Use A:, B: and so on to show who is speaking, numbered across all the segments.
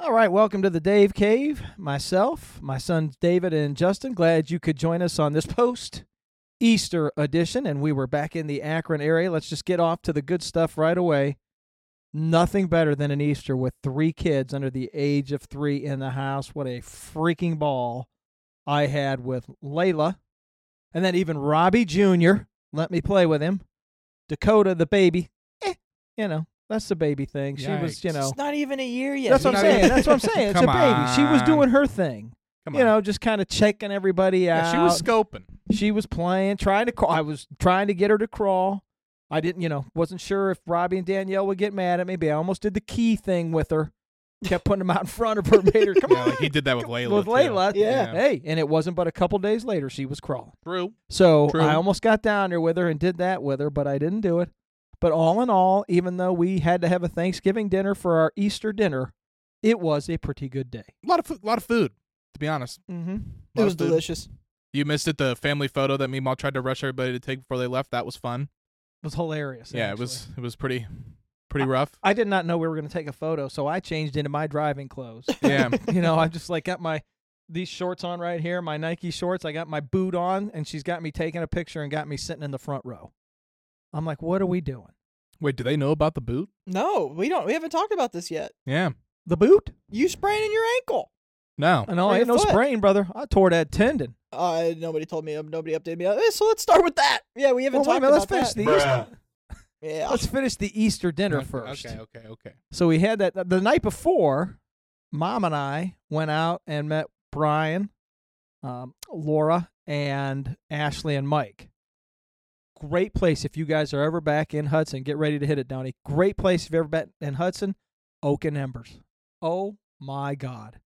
A: All right, welcome to the Dave Cave. Myself, my sons David and Justin, glad you could join us on this post Easter edition. And we were back in the Akron area. Let's just get off to the good stuff right away. Nothing better than an Easter with three kids under the age of three in the house. What a freaking ball I had with Layla. And then even Robbie Jr. let me play with him. Dakota, the baby, eh, you know, that's the baby thing. She was, you
B: Yikes.
A: know,
C: It's not even a year yet.
A: that's what I'm
B: no,
A: saying.
B: yeah.
A: That's what I'm saying. It's a
B: Come
A: baby. She was
B: on.
A: doing her thing.
B: Come
A: you
B: on.
A: know, just kind of checking everybody out.
B: Yeah, she was scoping.
A: She was playing, trying to crawl. I was trying to get her to crawl. I didn't, you know, wasn't sure if Robbie and Danielle would get mad at me. But I almost did the key thing with her. Kept putting them out in front of her. Made her come
B: Yeah,
A: on
B: like he did that with Layla.
A: with
B: too.
A: Layla.
C: Yeah.
A: Hey, and it wasn't but a couple days later she was crawling.
B: True.
A: So
B: True.
A: I almost got down there with her and did that with her, but I didn't do it. But all in all, even though we had to have a Thanksgiving dinner for our Easter dinner, it was a pretty good day.
B: A lot of food. A lot of food. To be honest,
A: Mm-hmm.
C: It was
B: Mustard.
C: delicious.
B: you missed it. The family photo that Meemaw tried to rush everybody to take before they left. That was fun.
A: It was hilarious.
B: Yeah, it
A: actually.
B: was. It was pretty, pretty rough.
A: I did not know we were going to take a photo, so I changed into my driving clothes.
B: Yeah.
A: you know, I just like got my these shorts on right here, my Nike shorts. I got my boot on, and she's got me taking a picture and got me sitting in the front row. I'm like, what are we doing?
B: Wait, do they know about the boot?
C: No, we don't. We haven't talked about this yet.
B: Yeah.
A: The boot?
C: You spraining your ankle?
B: No.
A: And no,
C: Or
A: I
C: your
A: ain't no
C: foot.
A: sprain, brother. I tore that tendon.
C: Uh, nobody told me. um, Nobody updated me. on this, So let's start with that. Yeah, we haven't
A: Well, wait a
C: talked
A: minute, let's
C: about
A: finish
C: that.
A: the Easter.
C: yeah.
A: Let's finish the Easter dinner first.
B: Okay. Okay. Okay.
A: So we had that the night before. Mom and I went out and met Brian, um, Laura, and Ashley and Mike. Great place if you guys are ever back in Hudson. Get ready to hit it, Donnie. Great place if you've ever been in Hudson. Oak and Embers. Oh my God,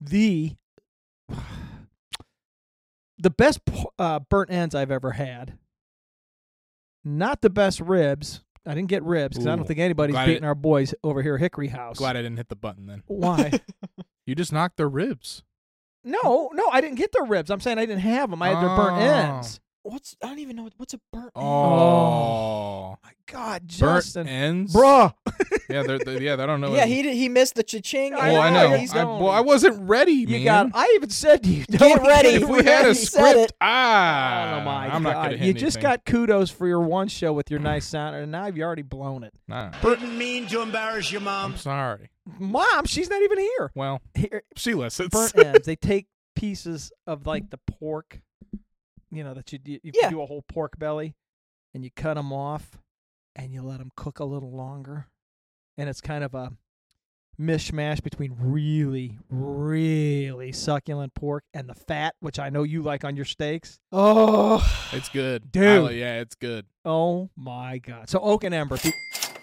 A: the the best po- uh, burnt ends I've ever had. Not the best ribs. I didn't get ribs because I
B: Ooh.
A: don't think anybody's
B: Glad I
A: beating our boys over here, at Hickory House.
B: Glad I didn't hit the button then.
A: Why?
B: You just knocked their ribs.
A: no, no, I didn't get their ribs. I'm saying I didn't have them. I had their burnt
B: Oh.
A: ends.
C: What's? I don't even know. what- What's a burnt?
B: Oh.
A: My God,
B: Burnt
A: Oh. Justin,
B: ends.
A: bruh.
B: Yeah. They're, they yeah. I don't know.
C: yeah, he did, he missed the cha-ching.
A: Oh,
B: Oh, I
A: I
B: know.
A: know,
B: I,
A: he's going.
B: well, I wasn't ready,
A: You
B: man.
A: got. I even said to you,
C: Get
A: don't
C: ready.
A: even-
B: if we had a
C: He said
B: script,
C: it.
B: ah,
A: Oh my God!
B: I'm not gonna hit
A: you just
B: anything.
A: got kudos for your one show with your nice sound, and now you've already blown it.
B: Nah,
D: Didn't mean to embarrass your mom.
B: I'm sorry.
A: Mom, she's not even here.
B: Well,
A: Here,
B: she listens.
A: burnt ends. They take pieces of like the pork, you know, that you do, you
C: Yeah.
A: do a whole pork belly, and you cut them off, and you let them cook a little longer, and it's kind of a mishmash between really, really succulent pork and the fat, which I know you like on your steaks.
C: Oh.
B: It's good,
A: Dude.
B: I li- yeah, it's good.
A: Oh my God! So Oak and Ember, if you,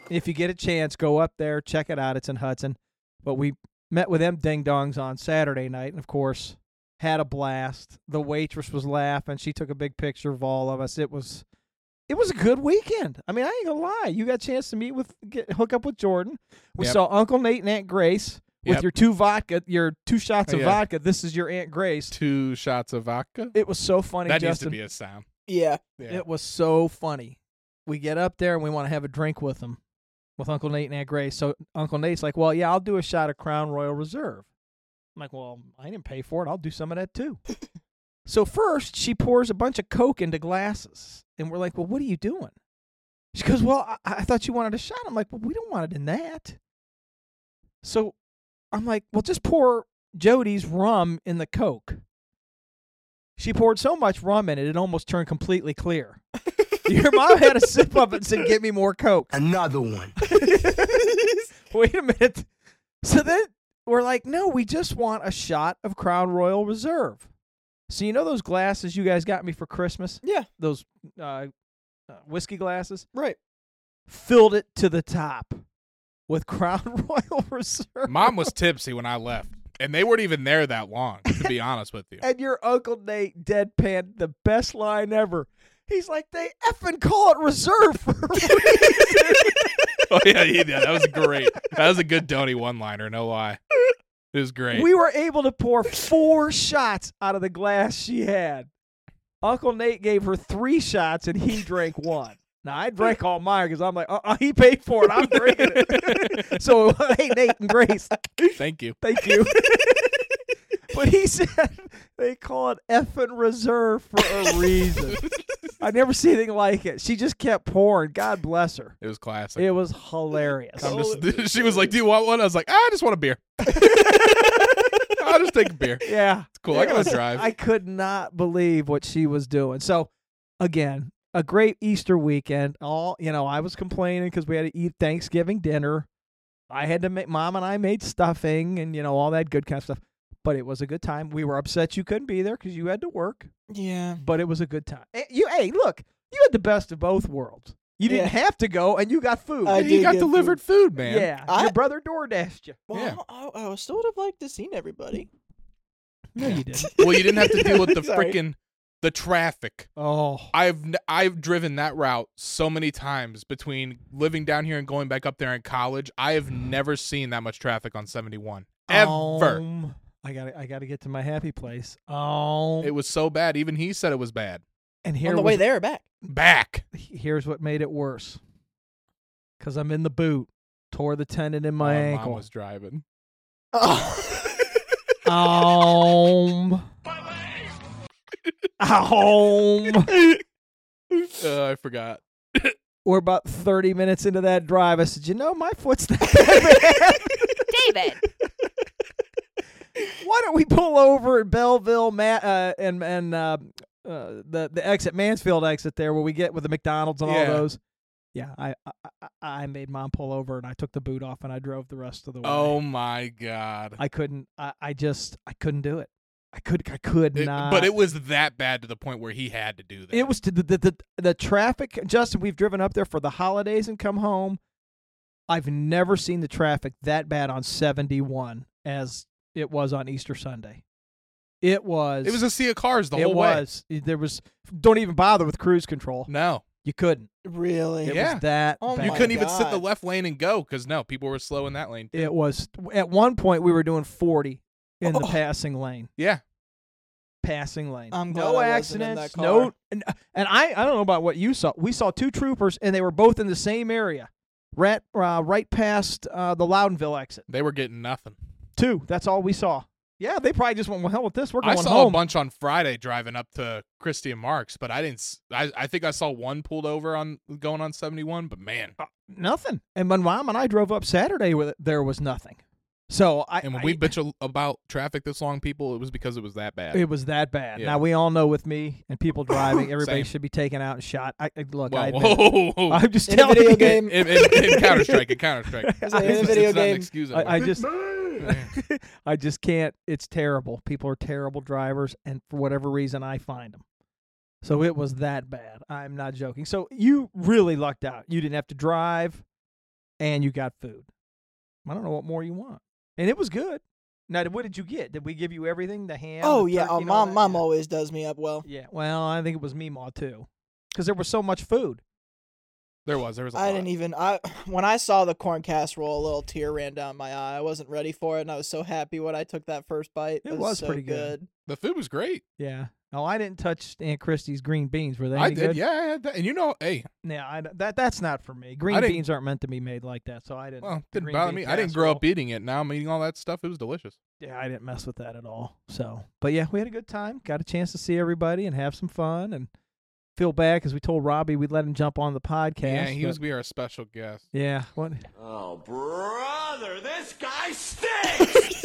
A: if you get a chance, go up there, check it out. It's in Hudson, but we met with them ding dongs on Saturday night, and of course had a blast. The waitress was laughing; she took a big picture of all of us. It was it was a good weekend. I mean, I ain't gonna lie. You got a chance to meet with get, hook up with Jordan. We
B: Yep.
A: saw Uncle Nate and Aunt Grace with
B: Yep. Oh,
A: your two vodka, your two shots of
B: Yeah.
A: vodka. This is your Aunt Grace.
B: Two shots of vodka.
A: It was so funny.
B: that needs
A: Justin.
B: to be a sound.
C: Yeah.
B: Yeah.
A: It was so funny. We get up there and we want to have a drink with them, with Uncle Nate and Aunt Grace. So Uncle Nate's like, "Well, yeah, I'll do a shot of Crown Royal Reserve." I'm like, "Well, I didn't pay for it. I'll do some of that too." so first, she pours a bunch of Coke into glasses, and we're like, "Well, what are you doing?" She goes, "Well, I, I thought you wanted a shot." I'm like, "Well, we don't want it in that." So I'm like, "Well, just pour Jody's rum in the Coke." She poured so much rum in it, it almost turned completely clear. Your mom had a sip of it and said, Get me more Coke.
D: Another one.
A: Wait a minute. So then we're like, No, we just want a shot of Crown Royal Reserve. So, you know those glasses you guys got me for Christmas?
C: Yeah.
A: Those uh, uh, whiskey glasses?
C: Right.
A: Filled it to the top with Crown Royal Reserve.
B: Mom was tipsy when I left, and they weren't even there that long. To be honest with you,
A: And your Uncle Nate deadpan the best line ever. He's like, they effing call it reserve for a reason."
B: oh yeah, yeah, that was great. That was a good Donny one-liner. No lie, it was great.
A: We were able to pour four shots out of the glass she had. Uncle Nate gave her three shots and he drank one. Now I drank all mine because I'm like, uh-uh, he paid for it. I'm drinking it. so hey, Nate and Grace,
B: Thank you.
A: thank you. but he said they call it effing reserve for a reason. I never see anything like it. She just kept pouring. God bless her.
B: It was classic.
A: It was hilarious.
B: I'm just- she was like, "Do you want one?" I was like, "Ah, "I just want a beer. I'll just take a beer. It's
A: yeah.
B: cool. I
A: It
B: gotta
A: was-
B: drive."
A: I could not believe what she was doing. So, again, a great Easter weekend. All you know, I was complaining because we had to eat Thanksgiving dinner. I had to make mom and I made stuffing and you know all that good kind of stuff. But it was a good time. We were upset you couldn't be there because you had to work.
B: yeah.
A: But it was a good time. Eh, You hey, look, you had the best of both worlds. You didn't have to go, and you got food.
C: I
B: he
C: did
B: got
C: get
B: delivered food, man.
A: yeah,
C: I-
A: your brother door dashed you.
C: Well,
B: Yeah.
C: I, I, I still would have liked to seen everybody.
A: No, you didn't.
B: Well, you didn't have to deal with the
C: Sorry.
B: freaking the traffic.
A: Oh,
B: I've n- I've driven that route so many times between living down here and going back up there in college. I have never seen that much traffic on 71 ever.
A: Um, I got to I got to get to my happy place. Um,
B: It was so bad. Even he said it was bad.
A: and here
C: on the
A: was-
C: way there or back.
B: Back.
A: here's what made it worse. Cuz I'm in the boot, tore the tendon in my
B: Oh,
A: ankle.
B: Mom was driving.
C: Oh.
A: um Um,
B: Uh, I forgot.
A: we're about 30 minutes into that drive. I said, "You know, my foot's not bad.
E: David.
A: Why don't we pull over at Belleville Ma- uh, and and uh, uh, the the exit Mansfield exit there where we get with the McDonald's and
B: Yeah.
A: all those. Yeah, I, I I- I made mom pull over and I took the boot off and I drove the rest of the way.
B: Oh my god.
A: I couldn't. I, I just I couldn't do it. I could I could
B: It-
A: not.
B: but it was that bad to the point where he had to do that.
A: it was to the, the the the traffic. Justin, we've driven up there for the holidays and come home. I've never seen the traffic that bad on 71 as it was on Easter Sunday. It was
B: It was a sea of cars the
A: it
B: whole way.
A: was. There was. Don't even bother with cruise control.
B: No,
A: You couldn't.
C: really?
A: It
B: Yeah.
A: was that.
C: Oh
A: bad.
B: you
C: my
B: couldn't even sit in the
C: God.
B: left lane and go because no, people were slow in that lane.
A: It was. At one point, we were doing 40 in the
C: Oh.
A: passing lane.
B: Yeah,
A: Passing lane.
C: I'm glad I
A: no
C: wasn't in that
A: accidents.
C: car.
A: No. And, and I. I don't know about what you saw. We saw two troopers, and they were both in the same area, right, uh, right past uh, the Loudonville exit.
B: they were getting nothing.
A: Two. That's all we saw. Yeah, they probably just went. Well, hell with this. We're
B: I
A: going
B: saw a
A: home.
B: bunch on Friday driving up to Christie and Marks, but I didn't. s- I, I think I saw one pulled over on going on seventy one. But man,
A: nothing. And when mom and I drove up Saturday, with it, there was nothing. So I.
B: and when
A: I-
B: we bitch a- about traffic this long, people, it was because it was that bad.
A: It was that bad.
B: Yeah.
A: Now we all know with me and people driving, everybody
B: Same.
A: should be taken out and shot. I, I look, I
B: Well,
A: admit it.
B: whoa, whoa, whoa.
A: I'm just
C: In a
A: telling
C: video
A: you.
C: game.
B: in, in, in Counter Strike, in Counter Strike.
C: was like, in a video game,
A: I, I just, I just can't. It's terrible. People are terrible drivers, and for whatever reason, I find them. So it was that bad. I'm not joking. So you really lucked out. You didn't have to drive, and you got food. I don't know what more you want, and it was good. Now, what did you get? Did we give you everything? The ham?
C: Oh
A: the
C: yeah,
A: turkey,
C: oh,
A: and all
C: mom,
A: that?
C: mom
A: Yeah.
C: always does me up well.
A: Yeah. Well, I think it was Meemaw too, because there was so much food.
B: there was there was. I
C: I didn't even. I when I saw the corn casserole, a little tear ran down my eye. I wasn't ready for it, and I was so happy when I took that first bite.
A: It
C: was,
A: was
C: so
A: pretty good.
B: The food was great.
A: Yeah. Oh, I didn't touch Aunt Christie's green beans. Were they?
B: I
A: any
B: did.
A: good?
B: Yeah, I had that. And you know, hey,
A: Yeah. I, that that's not for me. Green
B: didn't-
A: beans aren't meant to be made like that, so I didn't.
B: well,
A: the
B: didn't
A: green
B: bother
A: bean
B: me. I didn't grow up e-
A: casserole-
B: eating it. Now I'm eating all that stuff. It was delicious.
A: Yeah, I didn't mess with that at all. So, but yeah, we had a good time. Got a chance to see everybody and have some fun and feel bad because we told Robbie we'd let him jump on the podcast.
B: yeah, he
A: but-
B: was be our special guest.
A: Yeah. What?
D: Oh, brother, this guy stinks.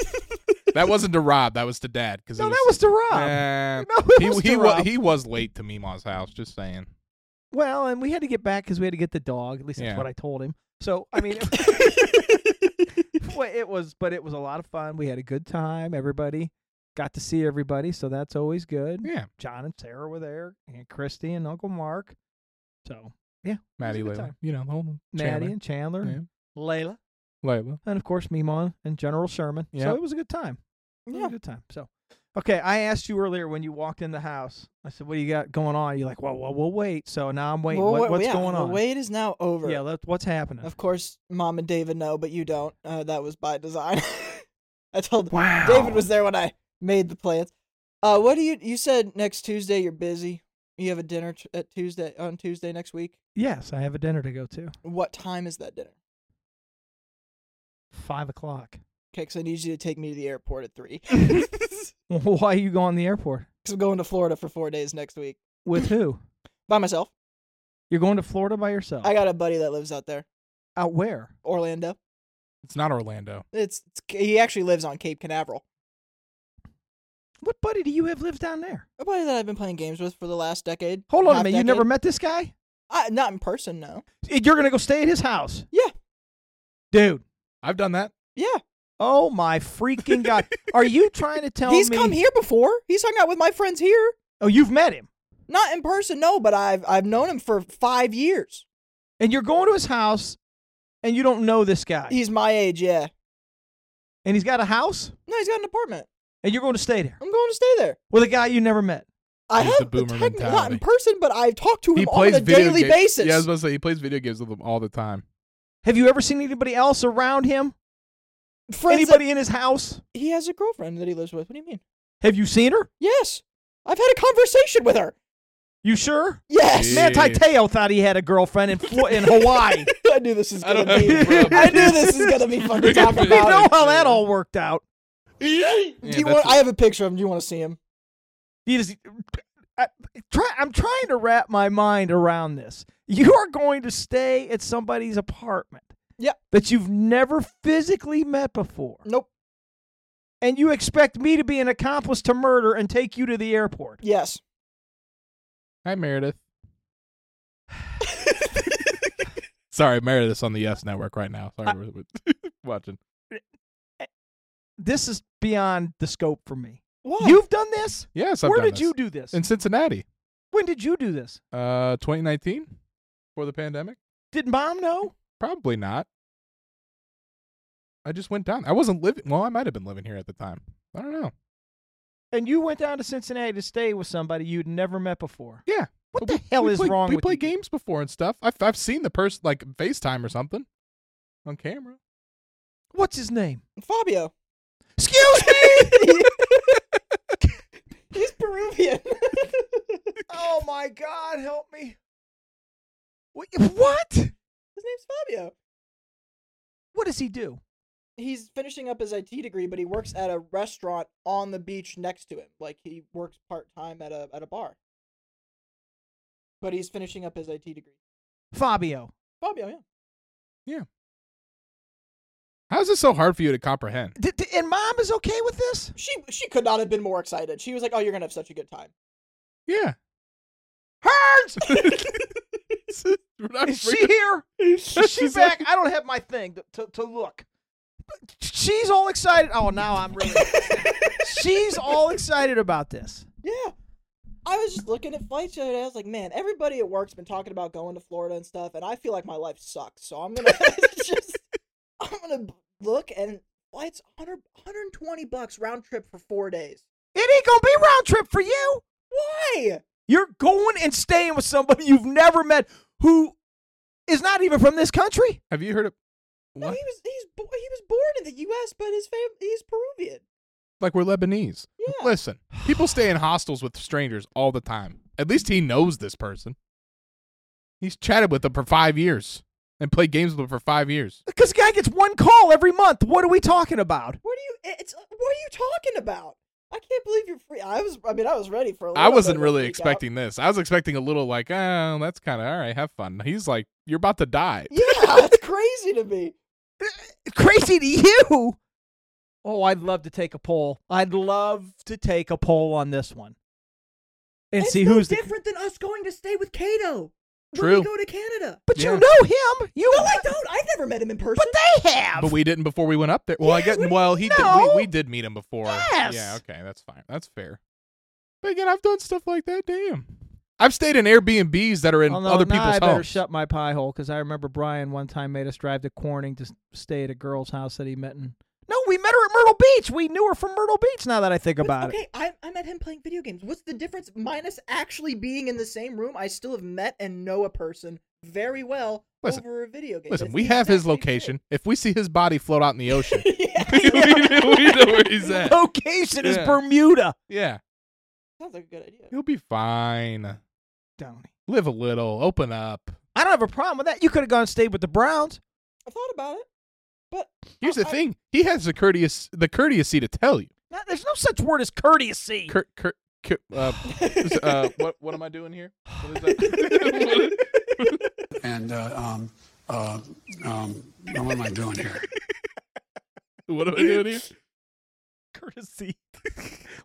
B: that wasn't to Rob. That was to Dad. Because
A: No, that was to Rob.
B: Nah.
A: no, it
B: he
A: was
B: he,
A: to
B: wa-
A: Rob.
B: he was late to Mima's house. Just saying.
A: Well, and we had to get back because we had to get the dog. At least that's
B: Yeah.
A: what I told him. So I mean, well, it was, but it was a lot of fun. We had a good time. Everybody got to see everybody, so that's always good.
B: Yeah,
A: John and Sarah were there, and Christy and Uncle Mark. So
B: Maddie,
A: a good
B: Layla.
A: time.
B: You know, the whole
A: Maddie
B: Chandler,
A: and Chandler, and Layla,
B: yeah. Layla.
A: and of course Mimon and General Sherman.
B: Yeah.
A: So it was a good time. It was
C: Yeah.
A: a good time. So, okay, I asked you earlier when you walked in the house. I said, "What do you got going on?" You're like, "Well, well, we'll wait." So now I'm waiting.
C: Well,
A: What-
C: wait-
A: what's
C: yeah,
A: going on?
C: The wait is now over.
A: Yeah, let, what's happening?
C: Of course, mom and David know, but you don't. Uh, that was by design. I told
A: Wow.
C: David was there when I made the plans. Uh, what do you? You said next Tuesday you're busy. You have a dinner t- at Tuesday on Tuesday next week.
A: Yes, I have a dinner to go to.
C: What time is that dinner?
A: Five o'clock.
C: Okay, because I need you to take me to the airport at three.
A: Why are you going to the airport?
C: Because I'm going to Florida for four days next week
A: With who?
C: by myself.
A: You're going to Florida by
B: Oh.
A: yourself.
C: I got a buddy that lives out there,
A: out where?
C: Orlando.
B: It's not Orlando.
C: It's, it's he actually lives on Cape Canaveral.
A: What buddy do you have lives down there?
C: A buddy that I've been playing games with for the last decade.
A: Hold on a
C: half
A: minute. You
C: decade.
A: never met this guy?
C: I, not in person, no.
A: You're gonna go stay at his house?
C: Yeah.
A: dude.
B: I've done that.
C: Yeah,
A: Oh my freaking god! Are you trying to tell
C: he's
A: me
C: come here before. He's hung out with my friends here.
A: Oh, you've met him,
C: Not in person, no, but I've I've known him for five years.
A: and you're going to his house, and you don't know this guy,
C: He's my age, yeah.
A: and he's got a house,
C: No, he's got an apartment.
A: and you're going to stay there
C: I'm going to stay there.
A: with a guy you never met.
C: I
B: He's the
C: have
B: boomer
C: technically- not
B: mentality.
C: in person, but I've talked to him
B: he
C: on
B: plays
C: a
B: video
C: daily
B: ga-
C: basis.
B: Yeah, I was about to say he plays video games with them all the time.
A: Have you ever seen anybody else around him?
C: Friends that-
A: anybody in his house?
C: he has a girlfriend that he lives with. What do you mean?
A: Have you seen her?
C: Yes, I've had a conversation with her.
A: You sure?
C: Yes,
B: Jeez.
A: Manti Teo thought he had a girlfriend in Flo- in Hawaii.
C: I knew this is
B: I
C: gonna
B: don't
C: be.
B: have a problem.
C: I knew this is gonna be fucking talked
A: you
C: about.
A: know how that all worked out.
B: Yeah,
C: Do you
B: that's
C: want? I have a picture of him. Do you want to see him?
A: You just, I, try, I'm trying to wrap my mind around this. You are going to stay at somebody's apartment.
C: Yep.
A: That you've never physically met before.
C: Nope.
A: And you expect me to be an accomplice to murder and take you to the airport.
C: Yes.
B: Hi Meredith. Sorry, Meredith's on the Yes Network right now. Sorry,
A: I-
B: we're, we're watching.
A: This is beyond the scope for me.
C: Why?
A: You've done this?
B: Yes, I've
A: Where
B: done
A: did
B: this.
A: you do this?
B: in Cincinnati?
A: when did you do this?
B: Uh, 2019, before the pandemic.
A: Did mom know?
B: Probably not. I just went down. I wasn't living. Well, I might have been living here at the time. I don't know.
A: And you went down to Cincinnati to stay with somebody you'd never met before.
B: Yeah.
A: What
B: But
A: the
B: we-
A: hell
B: we
A: is
B: play-
A: wrong
B: We
A: with
B: play
A: you?
B: games before and stuff. I've I've seen the person like FaceTime or something on camera.
A: What's his name?
C: Fabio.
A: Excuse me!
C: He's Peruvian. His
A: oh my God, help me. Wha- What?
C: name's Fabio.
A: What does he do?
C: He's finishing up his IT degree, but he works at a restaurant on the beach next to him. Like he works part time at a at a bar. But he's finishing up his IT degree.
A: Fabio.
C: Fabio, oh, yeah.
B: How is this so hard for you to comprehend?
A: D- d- and mom is okay with this?
C: She she could not have been more excited. She was like, "Oh, you're gonna have such a good time."
B: Yeah.
A: Herds!
B: We're not
A: Is she
B: freaking-
A: here? Is
B: This
A: she
B: is
A: back? I don't have my thing to, to, to look. But She's all excited. Oh, now I'm really. She's all excited about this.
C: Yeah. I was just looking at flights the other day. I was like, man, everybody at work's been talking about going to Florida and stuff, and I feel like my life sucks. So I'm gonna just, I'm gonna look and flights 100, 120 bucks round trip for four days.
A: It ain't gonna be round trip for you.
C: Why?
A: You're going and staying with somebody you've never met who is not even from this country.
B: Have you heard of
C: No,
B: what?
C: he was he's bo- he was born in the U.S., but his fam he's Peruvian.
B: Like we're Lebanese.
C: Yeah.
B: Listen, people stay in hostels with strangers all the time. At least he knows this person. He's chatted with them for five years and played games with them for five years.
A: Because the guy gets one call every month. What are we talking about?
C: What are you? It's what are you talking about? I can't believe you're free. I was. I mean, I was ready for. I
B: I wasn't really expecting this. I was expecting a little like, oh, that's kind of all right. Have fun. He's like, you're about to die.
C: Yeah, it's crazy to me.
A: Crazy to you. Oh, I'd love to take a poll. I'd love to take a poll on this one and
C: it's
A: see
C: no
A: who's the.
C: different than us going to stay with Kato. When
B: True.
C: we go to Canada.
A: But
B: Yeah.
A: you know him. You.
C: No, I don't. I've never met him in person.
A: But they have.
B: But we didn't before we went up there. Well, I
A: Yes,
B: guess.
A: we-
B: Well, he
A: no.
B: did, we, we did meet him before.
A: Yes.
B: Yeah. Okay. That's fine. That's fair. But again, I've done stuff like that. Damn. I've stayed in Airbnbs that are in
A: Although,
B: other
A: Oh, now
B: people's
A: I better
B: homes.
A: shut my pie hole because I remember Brian one time made us drive to Corning to s- stay at a girl's house that he met in. No, we met her at Myrtle Beach. We knew her from Myrtle Beach. Now that I think
C: What's-
A: about
C: okay,
A: it,
C: I, I met him playing video games. What's the difference? Minus actually being in the same room, I still have met and know a person very well
B: Listen.
C: over a video game.
B: Listen,
C: It's
B: we
C: the
B: have his
C: exact same
B: location. If we see his body float out in the ocean,
C: thing.
B: we,
C: yeah.
B: know- we know where he's at.
A: location is
B: Yeah.
A: Bermuda.
B: Yeah,
C: Sounds like a good idea.
B: he'll be fine.
A: Downey,
B: Live a little. Open up.
A: I don't have a problem with that. You could have gone and stayed with the Browns.
C: I thought about it, but
B: Here's
C: Oh, I-
B: the
C: I-
B: thing. He has the courteous the courtesy to tell you.
A: Now, there's no such word as courtesy.
B: Cur- cur- cur- uh, uh, what what am I doing here? What is that?
E: and uh, um, uh, um, what am I doing here?
B: what am I doing here?
A: courtesy.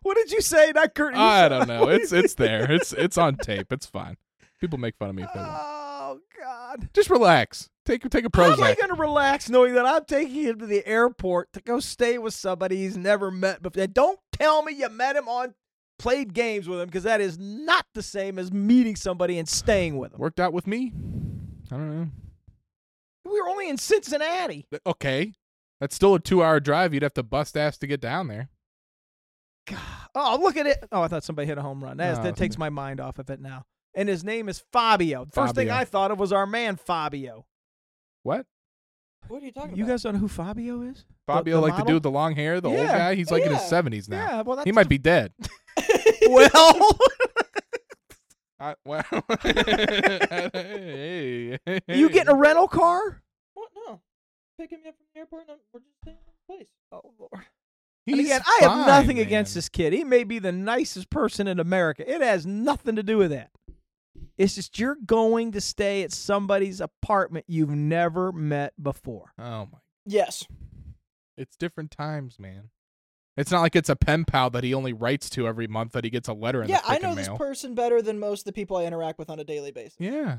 A: what did you say? Not courtesy.
B: I don't know. It's it's there. It's it's on tape. It's fine. People make fun of me if they
C: Uh,
B: want.
A: Oh God.
B: Just relax. Take take a
C: Oh
A: How am I
B: Prozac.
A: going to relax knowing that I'm taking him to the airport to go stay with somebody he's never met before? Don't tell me you met him on played games with him because that is not the same as meeting somebody and staying with them.
B: Worked out with me. I don't know.
A: We were only in Cincinnati.
B: Th- Okay, that's still a two-hour drive. You'd have to bust ass to get down there.
A: Oh, look at it. Oh, I thought somebody hit a home run. That,
B: No,
A: that takes my mind off of it now. And his name is Fabio. First thing
B: Fabio.
A: I thought of was our man Fabio.
B: What?
C: what are you talking
A: You
C: about?
A: guys don't know who Fabio is? The-
B: Fabio, like the
A: model?
B: dude with the long hair, the old
A: Yeah.
B: guy. He's like in his
C: Yeah.
B: seventies now.
A: Yeah, well, that's
B: he might be dead.
A: well.
B: I, well, hey,
A: you getting a rental car?
C: What? No, picking me up from the airport, and I'm, we're just staying in place.
A: Oh Lord.
B: He's
A: and again, I have
B: fine,
A: nothing against
B: man.
A: this kid. He may be the nicest person in America. It has nothing to do with that. It's just you're going to stay at somebody's apartment you've never met before.
B: Oh my,
C: Yes.
B: it's different times, man. It's not like it's a pen pal that he only writes to every month that he gets a letter in
C: Yeah,
B: the
C: I
B: frickin'
C: know this
B: mail.
C: person better than most of the people I interact with on a daily basis.
B: yeah,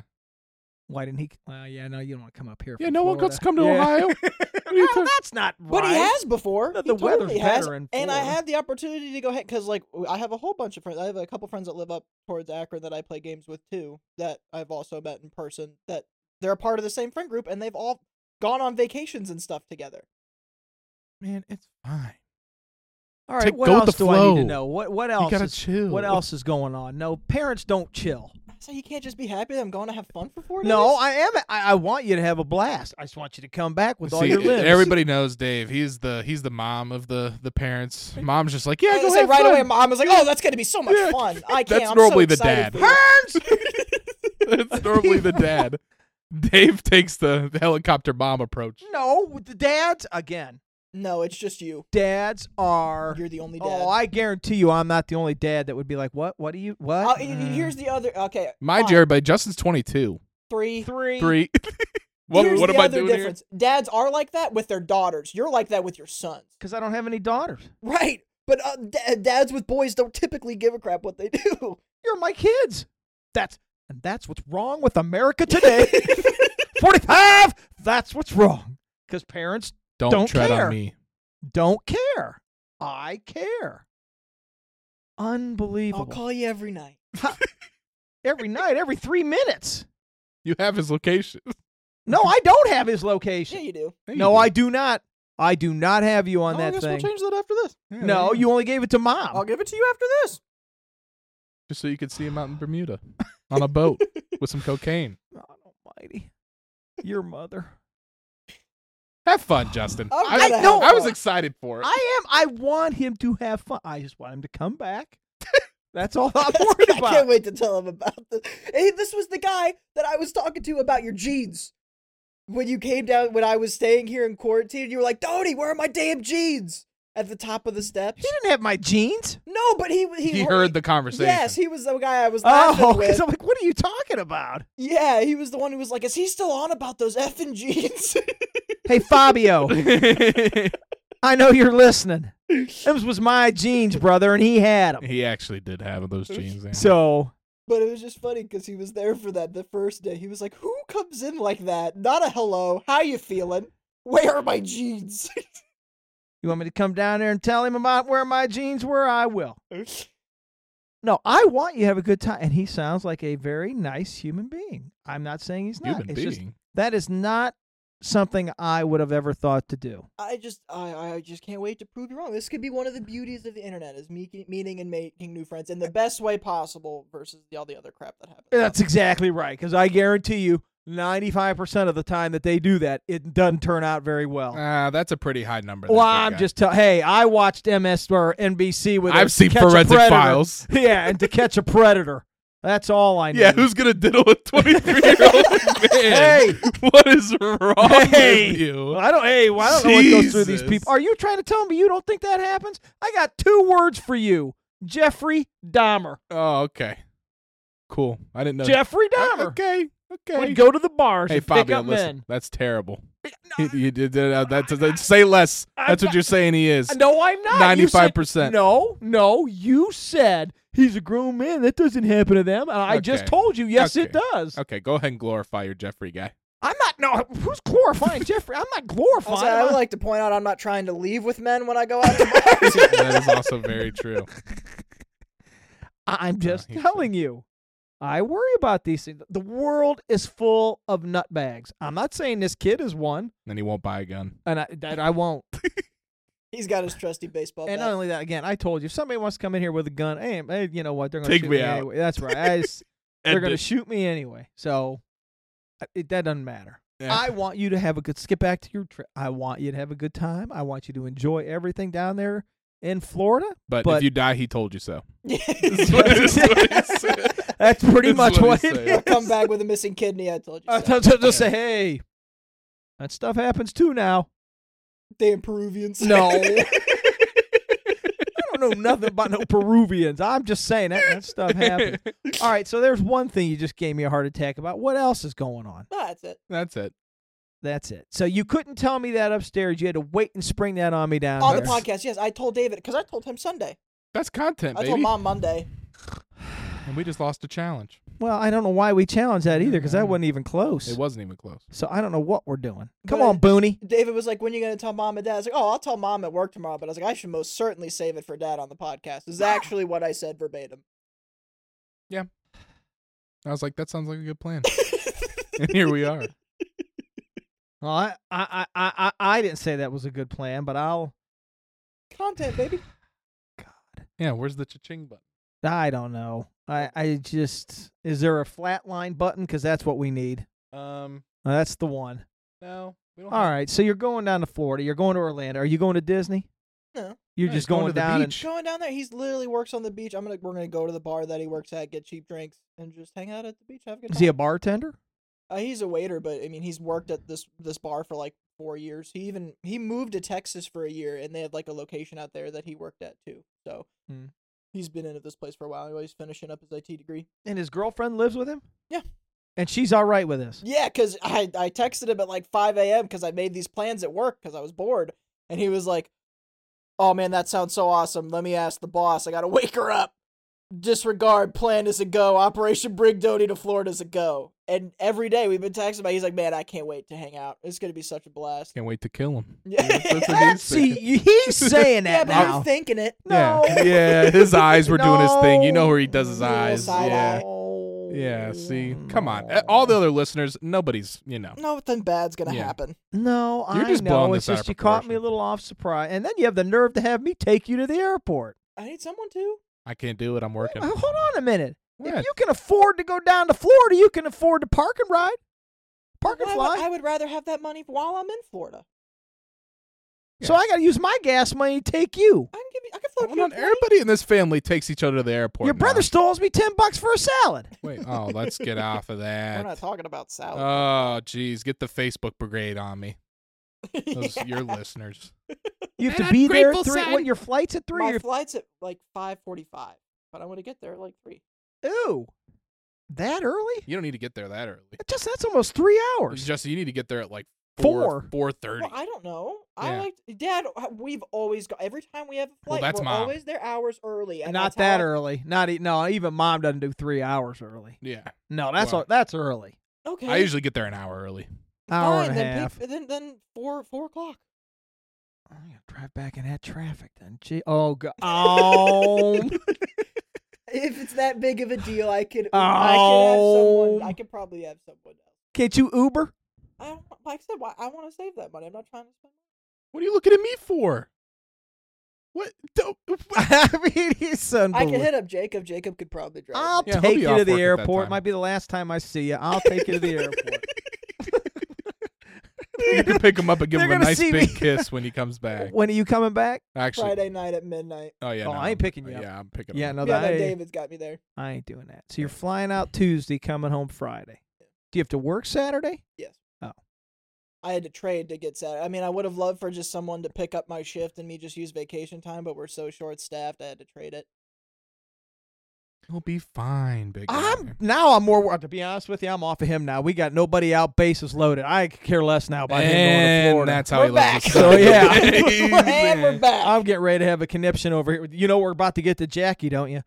A: Why didn't he? Uh, yeah, no, you don't want to come up here.
B: yeah.
A: from
B: No one
A: Florida.
B: gets to come to
A: Yeah.
B: Ohio. you
A: Well,
B: talking-
A: that's not right.
C: But he has before.
A: The-
C: He
A: the weather's
C: totally has,
A: better in
C: and I
A: Florida.
C: had the opportunity to go ahead because, like, I have a whole bunch of friends. I have a couple friends that live up towards Akron that I play games with too. That I've also met in person. That they're a part of the same friend group, and they've all gone on vacations and stuff together.
B: man, it's fine.
A: All right,
B: Take-
A: what
B: go with
A: else
B: the
A: do I need
B: flow.
A: to know? What what else?
B: gotta
A: is,
B: chill.
A: What else is going on? No, parents don't chill.
C: So you can't just be happy that I'm going to have fun for four days.
A: No, I am. I, I want you to have a blast. I just want you to come back with all
B: See, e-,
A: your limbs.
B: everybody knows Dave. He's the he's the mom of the the parents. Mom's just like, yeah,
C: I
B: go
C: was
B: have
C: like right
B: fun.
C: away, mom was like, "Oh, that's gonna be so much
B: Yeah.
C: fun." I can't.
B: That's
C: I'm
B: normally
C: so
B: the
C: excited
B: dad.
C: for you."
B: That's normally the dad. Dave takes the helicopter mom approach.
A: No, with the dads again.
C: No, it's just you.
A: Dads are.
C: You're the only dad.
A: Oh, I guarantee you, I'm not the only dad that would be like, "What? What do you?
C: Oh,
A: What?
C: and-
B: Mm.
C: and here's the other. Okay,
B: Mind
C: fine.
B: you, everybody, Justin's twenty two.
C: Three.
A: three.
B: Three. what
C: Here's
B: what
C: the
B: am I
C: other
B: doing
C: difference. Dads are like that with their daughters. You're like that with your sons.
A: Because I don't have any daughters.
C: Right. But uh, da- dads with boys don't typically give a crap what they do.
A: You're my kids. That's and that's what's wrong with America today. Forty-five. That's what's wrong. Because parents
B: here?
A: Don't
B: tread
A: care.
B: on me.
A: don't care. I care. Unbelievable.
C: I'll call you every night.
A: every night, every three minutes.
B: You have his location.
A: No, I don't have his
C: Yeah,
A: location.
C: you do.
B: There you
A: No,
B: go.
A: I do not. I do not have you on
C: Oh, I
A: that
C: guess
A: thing.
C: we'll change that after this.
B: Yeah, there
A: no,
B: go.
A: you only gave it to mom.
C: I'll give it to you after this.
B: just so you could see him out in Bermuda on a boat with some cocaine.
A: God Almighty, your mother.
B: Have fun, Justin.
C: I'm
B: I,
C: gonna
B: I,
A: have fun.
B: was excited for it.
A: I am. I want him to have fun. I just want him to come back. That's all I'm
C: That's
A: worried
C: what I can't
A: about.
C: wait to tell him about this. Hey, this was the guy that I was talking to about your jeans. When you came down, when I was staying here in quarantine, you were like, Tony, where are my damn jeans? At the top of the steps.
A: He didn't have my jeans.
C: No, but he he,
B: he heard the conversation.
C: Yes, he was the guy I was laughing
A: Oh,
C: with.
A: because I'm like, what are you talking about?
C: Yeah, he was the one who was like, "Is he still on about those effing jeans?"
A: Hey, Fabio, I know you're listening. Those was my jeans, brother, and he had them.
B: he actually did have those jeans. Aaron.
A: So
C: but it was just funny because he was there for that the first day. He was like, "Who comes in like that? Not a hello. How you feeling? Where are my jeans?"
A: you want me to come down there and tell him about where my jeans were? I will. No, I want you to have a good time. And he sounds like a very nice human being. I'm not saying he's not.
B: human
A: it's just
B: being.
A: that is not something I would have ever thought to do.
C: I just, I, I just can't wait to prove you wrong. This could be one of the beauties of the internet: is me- meeting and making new friends in the best way possible versus all the other crap that happens.
A: That's exactly right. Because I guarantee you, 95% of the time that they do that, it doesn't turn out very well.
B: Ah, that's a pretty high number.
A: well,
B: there,
A: I'm
B: big guy.
A: just tell. Hey, I watched MS or NBC with. a-
B: I've
A: To
B: seen
A: Catch a
B: forensic
A: Predator.
B: files.
A: Yeah, and to catch a predator. That's all I need.
B: Yeah, who's gonna diddle a twenty-three-year-old man?
A: Hey.
B: what is wrong
A: Hey.
B: with you?
A: Well, I don't. Hey, well, I don't know what goes through these
B: Jesus.
A: people. Are you trying to tell me you don't think that happens? I got two words for you: Jeffrey Dahmer.
B: Oh, okay, cool. I didn't know.
A: Jeffrey
B: that.
A: Dahmer
B: Uh, Okay, okay.
A: would go to the bars
B: hey,
A: and pick
B: Fabio,
A: up
B: listen,
A: men.
B: that's terrible.
A: No,
B: you did that. That's, that's- say less.
A: I'm
B: That's what
A: not-
B: you're saying. He is.
A: No, I'm not. You said-
B: 95%.
A: No, no, you said he's a grown man. That doesn't happen to them. And I just
B: Okay.
A: told you, yes, it
B: Okay.
A: does.
B: Okay, go ahead and glorify your Jeffrey guy.
A: I'm not. No, who's glorifying Jeffrey? I'm not glorifying.
C: Also, I
A: I'm
C: would
A: not-
C: like to point out I'm not trying to leave with men when I go out to bars.
B: that is also very true. Uh,
A: I- I'm just
B: he's-
A: telling you. I worry about these things. The world is full of nutbags. I'm not saying this kid is one,
B: Then he won't buy a gun.
A: and I, that I won't.
C: He's got his trusty baseball
A: And
C: bat.
A: not only that, again, I told you, if somebody wants to come in here with a gun, hey, hey, you know what? They're going to
B: Take
A: shoot
B: me
A: me
B: out.
A: anyway. That's right. I just- they're
B: End
A: going to
B: it.
A: shoot me anyway. So I- it, that doesn't matter.
B: Yeah.
A: I want you to have a good. Skip back to your trip. I want you to have a good time. I want you to enjoy everything down there in Florida.
B: but, if
A: but-
B: you die, he told you so. That's what- that's what he said.
A: That's pretty
B: That's
A: much
B: what
A: what,
B: he
A: it
B: said.
A: is.
C: I'll come back with a missing kidney. I told you.
A: I
C: so.
A: just, just say, hey, that stuff happens too now.
C: Damn Peruvians.
A: No. I don't know nothing about no Peruvians. I'm just saying that, that stuff happens. All right, so there's one thing you just gave me a heart attack about. What else is going on?
C: No, that's it.
B: That's it.
A: That's it. So you couldn't tell me that upstairs. You had to wait and spring that on me down
C: On the
A: there.
C: podcast, yes, I told David because I told him Sunday.
B: That's content,
C: I
B: baby.
C: told Mom Monday.
B: And we just lost a challenge.
A: Well, I don't know why we challenged that either because that wasn't even close.
B: It wasn't even close.
A: So I don't know what we're doing. Come
C: But
A: on,
C: it-
A: Booney.
C: David was like, "When you gonna tell Mom and Dad?" I was like, "Oh, I'll tell Mom at work tomorrow." But I was like, "I should most certainly save it for Dad on the podcast." This Is actually what I said verbatim.
B: I was like, that sounds like a good plan. and here we are.
A: Well, I, I, I, I, I didn't say that was a good plan, but I'll.
C: Content, baby.
B: Yeah, where's the cha-ching button?
A: I don't know. I, I just. Is there a flat line button? Because that's what we need.
B: Um,
A: Uh, that's the one.
B: no. We don't
A: All right. So you're going down to Florida. You're going to Orlando. Are you going to Disney?
C: No.
A: You're
B: No, he's
A: just
B: going
A: going,
B: to the
A: down
B: beach.
C: Going down there, he's literally works on the beach. I'm gonna we're gonna go to the bar that he works at, get cheap drinks, and just hang out at the beach. Have a good
A: and.
C: time.
A: Is he a bartender?
C: Uh, he's a waiter, but I mean, he's worked at this this bar for like four years. He even he moved to Texas for a year, and they had like a location out there that he worked at too. So
A: Hmm.
C: he's been in at this place for a while. Anyway, he's finishing up his IT degree.
A: And his girlfriend lives with him?
C: Yeah.
A: And she's all right with this.
C: Yeah, because I I texted him at like five a.m. because I made these plans at work because I was bored, and he was like, "Oh man, that sounds so awesome. Let me ask the boss. I gotta wake her up." Disregard plan is a go. Operation Brig Doty to Florida is a go. And every day we've been texting about. it. He's like, man, I can't wait to hang out. It's gonna be such a blast.
B: Can't wait to kill him.
C: Yeah.
B: That's what he's
A: See,
B: saying.
A: you- he's saying
C: Yeah,
A: that
C: but
A: now.
C: I'm thinking it.
A: no.
B: Yeah. yeah, his eyes were doing his thing. You know where he does his
C: No.
B: eyes.
C: Side
B: Yeah.
C: eye.
B: Yeah, see. Come on. Uh, All the other listeners, nobody's, you know.
C: Nothing bad's gonna
B: Yeah.
C: happen.
A: No,
B: You're
A: I
B: just blowing
A: know. It's
B: this out of
A: just you caught me a
B: proportion.
A: little off surprise, and then you have the nerve to have me take you to the airport.
C: I need someone to.
B: I can't do it. I'm working.
A: Well, Hold on a minute.
B: What?
A: If you can afford to go down to Florida, you can afford to park and ride, park and
C: I
A: fly.
C: would, I would rather have that money while I'm in Florida.
A: So I got to use my gas money to take you.
C: I can give you. I can float
B: Hold
C: you.
B: on. Everybody in this family takes each other to the airport.
A: Your
B: now.
A: brother still owes me ten bucks for a salad.
B: Wait. Oh, let's get off of
C: We're not
B: that.
C: talking about salad.
B: Oh, geez. Get the Facebook brigade on me. Uh, Those
C: Yeah.
B: your listeners.
A: You have
B: Man,
A: to be there
B: ungrateful
A: at three.
B: son.
A: What your flight's at three?
C: My
A: Your,
C: flight's at like five forty-five, but I want to get there at like three.
A: ooh, that early?
B: You don't need to get there that early.
A: Just that's almost three hours.
B: Justin, you need to get there at like
A: Four.
B: four thirty.
C: Well, I don't know. I
B: Yeah.
C: like Dad. uh, We've always got every time we have a
B: Well,
C: flight.
B: that's
C: we're
B: Mom.
C: always there hours early. And
A: Not
C: that's how
A: that
C: I-
A: early. Not e- no. Even mom doesn't do three hours early.
B: yeah,
A: No, that's
B: Wow.
A: a- that's early.
C: Okay.
B: I usually get there an hour early.
A: Hour
C: fine,
A: and a
C: then
A: half.
C: Pick, then then four four o'clock.
A: I'm gonna drive back in that traffic then. Gee, oh god. Oh,
C: If it's that big of a deal, I could.
A: Oh.
C: I could probably have someone else.
A: can't you Uber?
C: I don't like I said. Why I want to save that money. I'm not trying to spend.
B: What are you looking at me for? What? Don't,
A: I mean, it's
C: I
A: unbelievable.
C: could hit up Jacob. Jacob could probably drive.
A: I'll
C: me.
B: Yeah, he'll
A: take
B: be
A: you
B: off
A: to the
B: work at that
A: airport.
B: time.
A: Might be the last time I see you. I'll take you to the airport.
B: You can pick him up and give
A: They're
B: him a
A: gonna
B: nice
A: see
B: big
A: me.
B: kiss when he comes back.
A: When are you coming back?
B: Actually,
C: Friday night at midnight.
B: oh yeah.
A: Oh,
B: no,
A: I ain't picking you
B: yeah,
A: up.
B: I'm picking.
A: Yeah,
B: him
A: no,
B: up.
C: yeah,
A: that,
C: no,
A: I-
C: David's got me there.
A: I ain't doing that. So you're flying out Tuesday, coming home Friday. Do you have to work Saturday?
C: I had to trade to get Saturday. I mean, I would have loved for just someone to pick up my shift and me just use vacation time, but we're so short staffed. I had to trade it.
B: He'll be fine, big. guy.
A: I'm now. I'm more. wor- To be honest with you, I'm off of him now. We got nobody out, bases loaded. I could care less now about him going to
B: And
A: Florida.
B: that's how
C: We're
B: he loves
C: back.
B: his
A: So,
B: son.
A: yeah.
C: and we're back.
A: I'm getting ready to have a conniption over here. You know we're about to get to Jackie, don't you?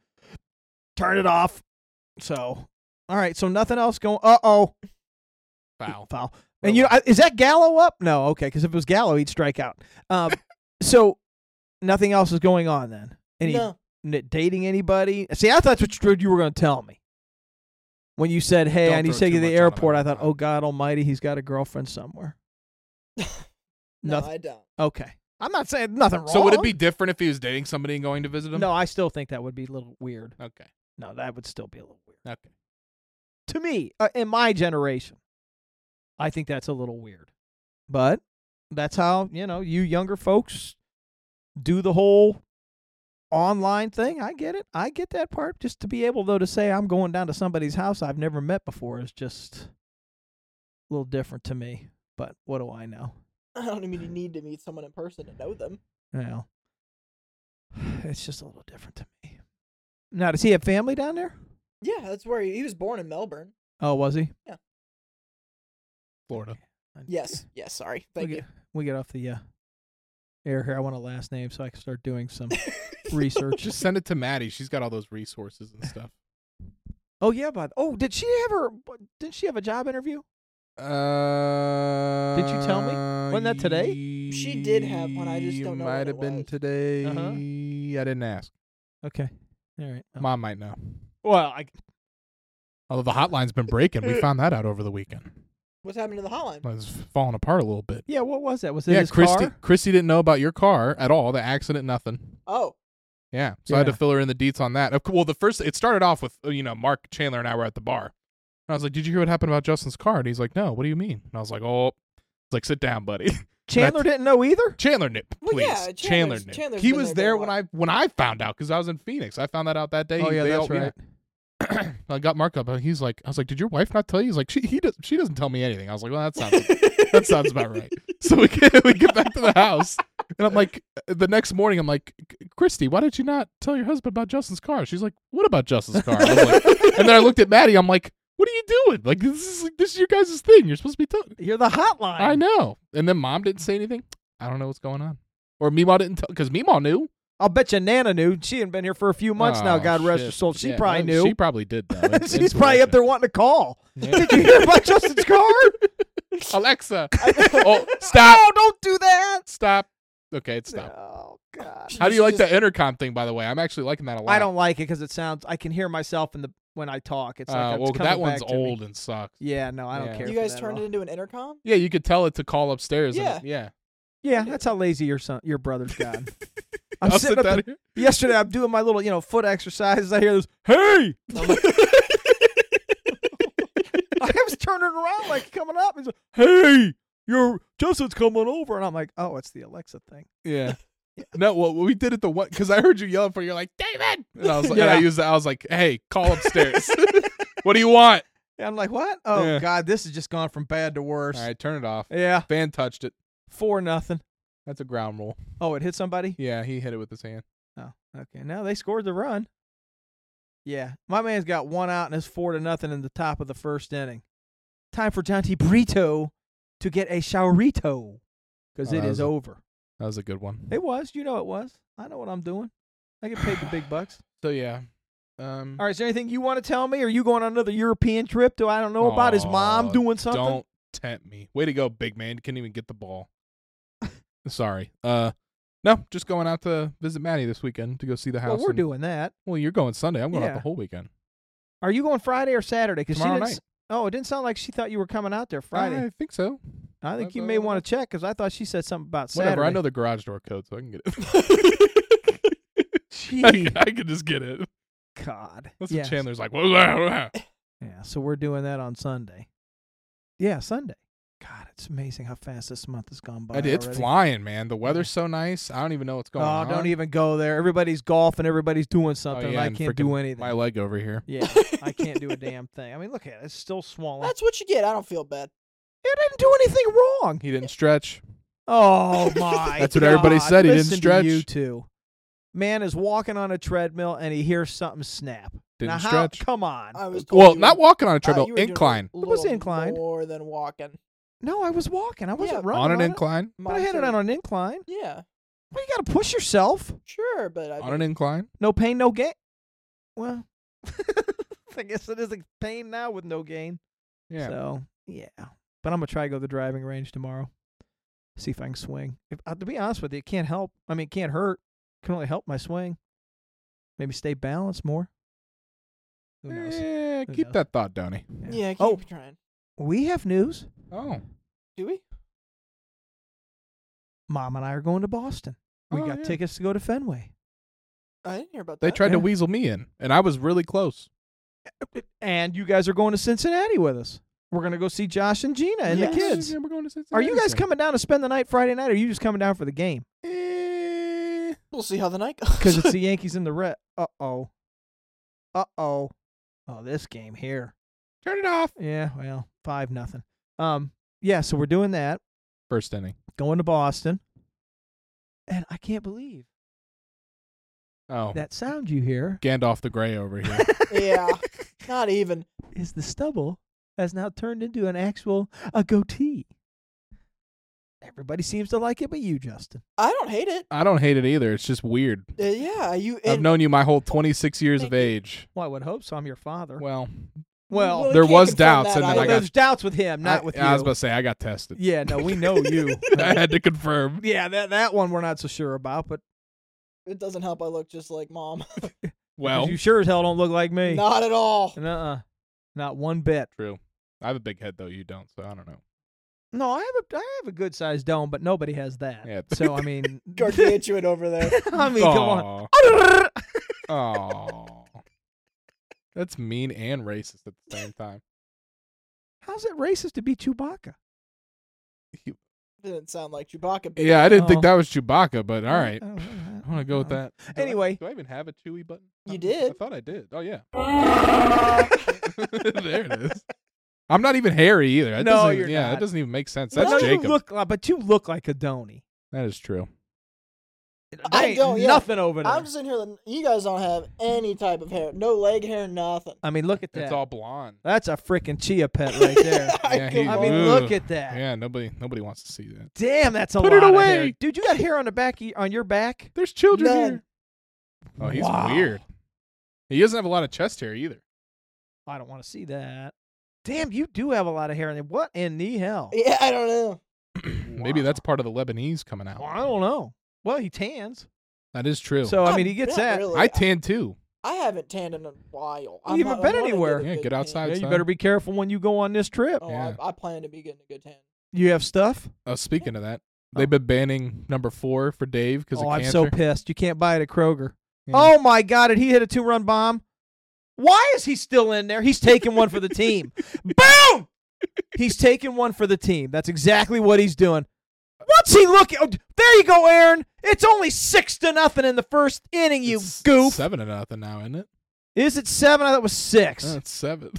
A: Turn it off. So, all right. So nothing else going. Uh oh,
B: Foul.
A: foul. And you know, I- is that Gallo up? No, okay. Because if it was Gallo, he'd strike out. Um, so nothing else is going on then. Any
C: no,
A: n- dating anybody? See, I thought that's what you, you were going to tell me when you said, "Hey,
B: Don't
A: I need to
B: throw
A: take you to
B: too
A: the
B: much on
A: airport."
B: him.
A: I thought, "Oh God Almighty, he's got a girlfriend somewhere."
C: no,
A: nothing.
C: I don't.
A: okay, I'm not saying nothing wrong.
B: So would it be different if he was dating somebody and going to visit him?
A: No, I still think that would be a little weird.
B: Okay.
A: No, that would still be a little weird.
B: Okay.
A: To me, uh, in my generation, I think that's a little weird. But that's how, you know, you younger folks do the whole online thing. I get it. I get that part. Just to be able, though, to say I'm going down to somebody's house I've never met before is just a little different to me. But what do I know?
C: I don't even need to meet someone in person to know them.
A: Well, it's just a little different to me. Now, does he have family down there?
C: Yeah, that's where he, he was born in Melbourne.
A: Oh, was he?
B: Florida.
C: Yes, yes. Sorry,
A: we
C: thank
A: get,
C: you.
A: We get off the uh, air here. I want a last name so I can start doing some research.
B: Just send it to Maddie. She's got all those resources and stuff.
A: oh yeah, but oh, did she have her? Did she have a job interview?
B: Uh,
A: you tell me? Wasn't that today?
C: She did have one, I just don't know
B: Might
C: when
B: have
C: it
B: been
C: was.
B: today.
A: Uh-huh.
B: I didn't ask.
A: Okay, all right. Oh.
B: Mom might know.
A: well, I
B: Although the hotline's been breaking, we found that out over the weekend.
C: What's happened to the hotline?
B: It's falling apart a little bit.
A: yeah. What was that? Was it
B: yeah,
A: his
B: Christy.
A: car?
B: Christy didn't know about your car at all. The accident, nothing.
C: Oh,
B: Yeah. So I had to
A: Yeah.
B: fill her in the deets on that. Of cou- Well, the first it started off with uh, you know Mark Chandler and I were at the bar. And I was like, "Did you hear what happened about Justin's car?" And he's like, "No. What do you mean?" And I was like, "Oh." It's like, "Sit down, buddy."
A: Chandler didn't know either.
B: Chandler knew. Please,
C: Well, yeah,
B: Chandler
C: Chandler's-
B: knew.
C: Chandler's
B: he
C: been
B: was
C: there for
B: there
C: a
B: when
C: while.
B: I when I found out because I was in Phoenix. I found that out that day.
A: oh yeah,
B: They
A: that's
B: all-
A: right.
B: I got Mark up. and He's like, I was like, "Did your wife not tell you?" He's like, "She he does, she doesn't tell me anything." I was like, "Well, that sounds that sounds about right." So we get we get back to the house, and I'm like, the next morning, I'm like, "Christy, why did you not tell your husband about Justin's car?" She's like, "What about Justin's car?" I was like, and then I looked at Maddie. I'm like, "What are you doing? Like this is this is your guys' thing. You're supposed to be talking."
A: You're the hotline.
B: I know. And then mom didn't say anything. I don't know what's going on. Or Meemaw didn't tell because Meemaw knew.
A: I'll bet you Nana knew. She hadn't been here for a few months now.
B: Oh,
A: God rest
B: shit.
A: her soul. She
B: Yeah,
A: probably knew.
B: well, She probably did though. In-
A: She's probably up
B: intuition.
A: there wanting to call.
B: Yeah.
A: Did you hear about Justin's car?
B: Alexa, oh, stop,
A: Oh, don't do that.
B: stop. Okay, it's stopped.
A: Oh God.
B: How do you
C: Just-
B: like
C: just-
B: that intercom thing? By the way, I'm actually liking that a lot.
A: I don't like it because it sounds. I can hear myself in the when I talk. It's like
B: Uh,
A: it's
B: well,
A: coming
B: that one's
A: back to me.
B: old and sucks.
A: Yeah, no, I don't
B: Yeah.
A: care.
C: You
A: for
C: guys
A: that at
C: turned
A: all.
C: it into an intercom?
B: Yeah, you could tell it to call upstairs. and it- yeah.
A: Yeah, that's how lazy your son, your brother's gotten. I'm
B: I'll
A: sitting
B: sit
A: up
B: down
A: there-
B: here.
A: yesterday. I'm doing my little, you know, foot exercises. I hear this, "Hey!" I'm like- I was turning around, like coming up. He's like, "Hey, your Justin's coming over," and I'm like, "Oh, it's the Alexa thing."
B: Yeah. No, well, we did it the one because I heard you yelling for. it, You're like David, and I was like, and I
A: Yeah.
B: used that. I was like, hey, call upstairs. what do you want?
A: And I'm like, "What? Oh
B: Yeah.
A: God, this has just gone from bad to worse."
B: All right, turn it off.
A: Yeah,
B: Fan touched it.
A: four nothing.
B: That's a ground rule.
A: Oh, it hit somebody.
B: Yeah, he hit it with his hand.
A: Oh, okay. Now they scored the run. Yeah, my man's got one out and it's four to nothing in the top of the first inning. Time for Dante Brito to get a showerito because
B: Oh,
A: it
B: that
A: is
B: was a-
A: over.
B: That was a good one.
A: It was, you know, it was. I know what I'm doing. I get paid the big bucks.
B: So yeah. Um,
A: All right, is there anything you want to tell me? Are you going on another European trip? Do I don't know about? Is mom
B: Aw,
A: doing something?
B: Don't tempt me. Way to go, big man. Couldn't even get the ball. Sorry. Uh, no, just going out to visit Maddie this weekend to go see the house.
A: Well, we're
B: and-
A: doing that.
B: Well, you're going Sunday. I'm going out
A: Yeah.
B: the whole weekend.
A: Are you going Friday or Saturday? Because she
B: Tomorrow
A: didn't. s-
B: night.
A: Oh, it didn't sound like she thought you were coming out there Friday.
B: I think so.
A: I think you
B: I-
A: may
B: I-
A: want to check because I thought she said something about Saturday.
B: Whatever. I know the garage door code, so I can get it. I,
A: Gee,
B: can- I can just get it.
A: God.
B: That's
A: Yes.
B: what Chandler's like. "Wah, wah, wah."
A: Yeah, so we're doing that on Sunday. Yeah, Sunday. God, it's amazing how fast this month has gone by.
B: It- it's
A: already.
B: flying, man. The weather's so nice. I don't even know what's going
A: oh,
B: on.
A: don't even go there. Everybody's golfing. Everybody's doing
B: Oh,
A: something. and
B: yeah,
A: I
B: and
A: can't do
B: freaking
A: anything.
B: My leg over here.
A: yeah, I can't do a damn thing. I mean, look at it. It's still swollen.
C: That's what you get. I don't feel bad.
A: it didn't do anything wrong.
B: He didn't stretch.
A: Oh my!
B: That's what everybody
A: God.
B: said, he didn't
A: Listen
B: stretch.
A: To you two, man is walking on a treadmill and he hears something snap.
B: Didn't
A: now, how-
B: stretch.
A: Come on.
C: I was told
B: Well,
C: you
B: not
C: were-
B: walking on a
C: uh,
B: treadmill.
C: you were doing a
B: incline.
A: It was
C: little
A: inclined.
C: more than walking.
A: no, I was walking. I wasn't
C: Yeah,
A: running
B: on an
A: it.
B: incline.
A: But I had it
C: Mine
A: on
C: too.
A: an incline.
C: Yeah,
A: Well, you got to push yourself.
C: sure, but I
B: On an incline.
A: No pain, no gain. Well, I guess it is a pain now with no gain.
B: Yeah.
A: So yeah, but I'm gonna try to go to the driving range tomorrow. See if I can swing. If uh, to be honest with you, it can't help. I mean, it can't hurt. It can only help my swing. Maybe stay balanced more. Who knows?
B: Yeah,
A: Who
B: Eh, keep
A: knows?
B: that thought, Donnie.
C: yeah, keep
A: Oh.
C: trying.
A: We have news.
B: Oh,
C: Do we?
A: Mom and I are going to Boston. We
B: Oh,
A: got
B: yeah.
A: tickets to go to Fenway.
C: I didn't hear about
B: they
C: that.
B: tried
A: Uh, Yeah.
B: to weasel me in, and I was really close.
A: And you guys are going to Cincinnati with us. We're gonna go see Josh and Gina and
C: Yes.
A: the kids.
B: Yeah, we're going to
A: Are you guys
B: Cincinnati.
A: coming down to spend the night Friday night, or are you just coming down for the game?
B: Eh,
C: We'll see how the night goes.
A: Because it's the Yankees and the Red. Uh oh. Uh oh. Oh, this game here.
B: turn it off.
A: Yeah, well, five nothing. Um, yeah, so we're doing that,
B: First inning.
A: going to Boston, and I can't believe
B: Oh,
A: that sound you hear
B: Gandalf the Grey over here.
C: yeah, not even.
A: is the stubble has now turned into an actual a goatee. Everybody seems to like it, but you, Justin.
C: I don't hate it.
B: I don't hate it either. It's just weird.
C: Uh, yeah, you.
B: I've
C: and-
B: known you my whole 26 years
C: Thank
B: of
C: you.
B: age.
A: Well, I would hope so. I'm your father. Well,
B: Well,
A: well,
C: we
B: there
C: can't
B: was
C: confirm
B: doubts,
C: that
B: and then I
C: either.
A: there's doubts with him, not
B: I,
A: with you.
B: I was about to say I got tested.
A: yeah, no, we know you.
B: I had to confirm.
A: yeah, that that one we're not so sure about, but
C: It doesn't help. I look just like mom.
B: Well,
A: you sure as hell don't look like me.
C: not at all.
A: Nuh-uh. Not one bit.
B: true. I have a big head though. You don't, so I don't know.
A: No, I have a I have a good sized dome, but nobody has that.
B: Yeah.
A: So I mean,
C: Gargantuan over there.
A: I mean, come
B: Aw.
A: on.
B: Oh, that's mean and racist at the same time.
A: How's it racist to be Chewbacca?
C: Didn't sound like Chewbacca. but
B: Yeah, I didn't think
A: Oh.
B: that was Chewbacca, but all right,
A: Oh,
B: I
A: all right.
B: want to go with
A: All right.
B: that.
A: Um,
B: Do I-
A: Anyway.
B: do I even have a Chewy button?
C: You
B: I-
C: did.
B: I thought I did. Oh yeah. there it is. I'm not even hairy either. That
A: No,
B: doesn't even-
A: you're
B: yeah,
A: not.
B: that doesn't even make sense.
A: But
B: That's
A: no,
B: Jacob.
A: You look, li- but you look like a Donny.
B: that is true.
A: There
C: I
A: ain't
C: don't, yeah.
A: Nothing over there.
C: I'm just in here. like, You guys don't have any type of hair. No leg hair. Nothing.
A: I mean, look at that.
B: It's all blonde.
A: That's a freaking chia pet right there.
C: I
B: Yeah,
C: couldn't
B: he-
A: I
C: believe-
A: mean,
B: Ooh.
A: look at that.
B: Yeah, nobody nobody wants to see that.
A: Damn, that's a
B: Put
A: lot
B: it
A: of hair,
B: away.
A: dude. You got hair on the back of y- on your back.
B: There's children
C: None.
B: here. Oh, he's
A: Wow.
B: weird. He doesn't have a lot of chest hair either.
A: I don't want to see that. Damn, you do have a lot of hair in there. What in the hell?
C: yeah, I don't know.
B: Maybe that's part of the Lebanese coming out.
A: Well, I don't know. Well, he tans.
B: That is true.
A: So uh, I
C: I'm
A: mean, he gets
C: not
A: that.
C: Oh, really-
B: I tan too.
C: I haven't tanned in a while. I'm
A: You haven't
C: not- I
A: been
C: wanna
A: anywhere.
C: a
B: Yeah,
C: good
B: get
C: tan.
B: outside.
A: Yeah, you
B: son.
A: better be careful when you go on this trip.
C: Oh,
B: Yeah.
C: I, I plan to be getting a good tan.
A: You have stuff.
B: Uh, speaking of that, they've been banning number four for Dave because
A: Oh,
B: of
A: I'm
B: cancer.
A: so pissed. You can't buy it at Kroger.
B: Yeah.
A: Oh my God! Did he hit a two-run bomb? Why is he still in there? He's taking one for the team. Boom! He's taking one for the team. That's exactly what he's doing. What's he looking? Oh, there you go, Aaron. It's only six to nothing in the first inning. You
B: It's
A: goof.
B: Seven to nothing now, isn't it?
A: Is it seven? I thought it was six.
B: Uh, it's seven.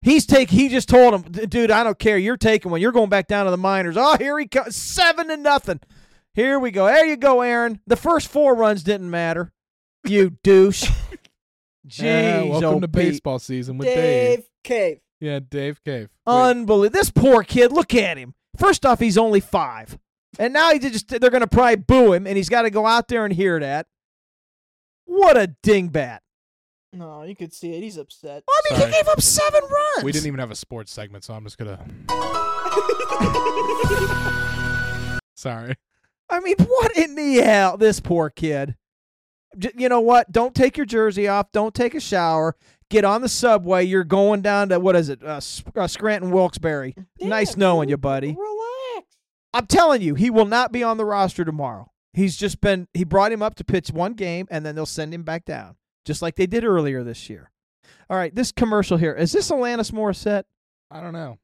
A: He's take. He just told him, "D- dude, I don't care. You're taking one. You're going back down to the minors. Oh, here he comes, seven to nothing. Here we go. There you go, Aaron. The first four runs didn't matter. You douche. Jeez,
B: Yeah, Ah, welcome
A: oh,
B: to
A: Pete.
B: baseball season with Dave.
C: Dave Cave.
B: Yeah, Dave Cave. Wait,
A: Unbelievable. This poor kid. Look at him. First off, he's only five, and now he just—they're going to probably boo him, and he's got to go out there and hear that. What a dingbat!
C: No, you could see it. He's upset.
A: I mean,
B: Sorry.
A: he gave up seven runs.
B: we didn't even have a sports segment, so I'm just gonna. Sorry.
A: I mean, what in the hell? This poor kid. J- You know what? Don't take your jersey off. Don't take a shower. Get on the subway. You're going down to what is it? Uh, S- uh, Scranton Wilkes-Barre.
C: Mm.
A: Nice
C: Damn,
A: knowing
C: dude,
A: you, buddy.
C: Relax.
A: I'm telling you, he will not be on the roster tomorrow. He's just been. He brought him up to pitch one game, and then they'll send him back down, just like they did earlier this year. All right, this commercial here is this Alanis Morissette?
B: I don't know.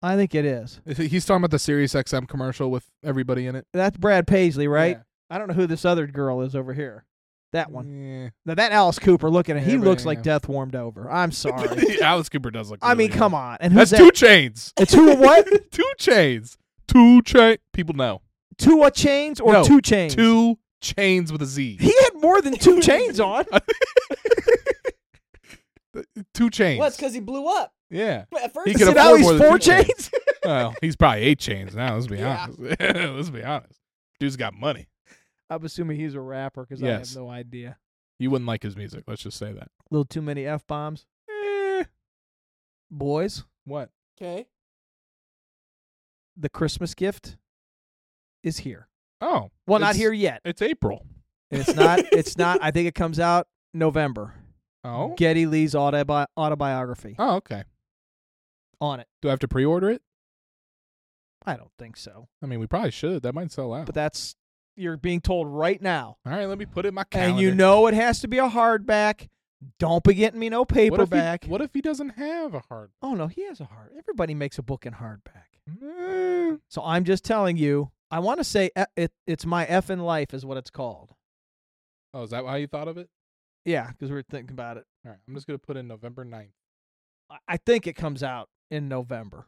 A: I think it is.
B: He's talking about the Sirius XM commercial with everybody in it,
A: That's Brad Paisley, right?
B: Yeah.
A: I don't know who this other girl is over here. That one.
B: Yeah.
A: Now that Alice Cooper looking at he
B: Yeah, but,
A: looks
B: yeah.
A: like death warmed over. I'm sorry.
B: Alice Cooper does look.
A: I
B: really
A: mean,
B: good.
A: come on. And who's
B: That's
A: that?
B: two chains.
A: It's who a what?
B: two chains. Two chain. People know.
A: two a chains or
B: No,
A: two chains?
B: Two chains with a Z.
A: He had more than two chains on.
B: Two chains.
C: Well, it's because he blew up.
B: yeah.
C: At first,
B: He
C: he
B: could
A: So
B: have-
A: now "Oh,
B: afford
A: he's
B: more than
A: four
B: two chains.
A: chains.
B: well, he's probably eight chains now. Let's be
C: Yeah.
B: honest. let's be honest. Dude's got money.
A: I'm assuming he's a rapper because I
B: Yes.
A: have no idea.
B: You wouldn't like his music. Let's just say that.
A: A little too many f bombs,
B: Eh,
A: boys.
B: what?
C: okay.
A: The Christmas gift is here.
B: Oh,
A: Well, not
B: it's-
A: here yet.
B: It's April.
A: And it's not. It's not. I think it comes out November.
B: Oh.
A: Getty Lee's autobi- autobiography
B: Oh, okay.
A: on it.
B: Do I have to pre-order it?
A: I don't think so.
B: I mean, we probably should. That might sell out.
A: But that's you're being told right now,
B: All right, let me put it in my calendar.
A: and you know it has to be a hardback. Don't be getting me no
B: What if he-
A: paperback.
B: What if he doesn't have a hard?
A: oh no, he has a hard. Everybody makes a book in hardback.
B: Eh,
A: So I'm just telling you. I want to say e- it, it's my effing life is what it's called.
B: Oh, is that how you thought of it?
A: Yeah, because we were thinking about it.
B: All right, I'm just gonna put in November 9th.
A: I- I think it comes out in November.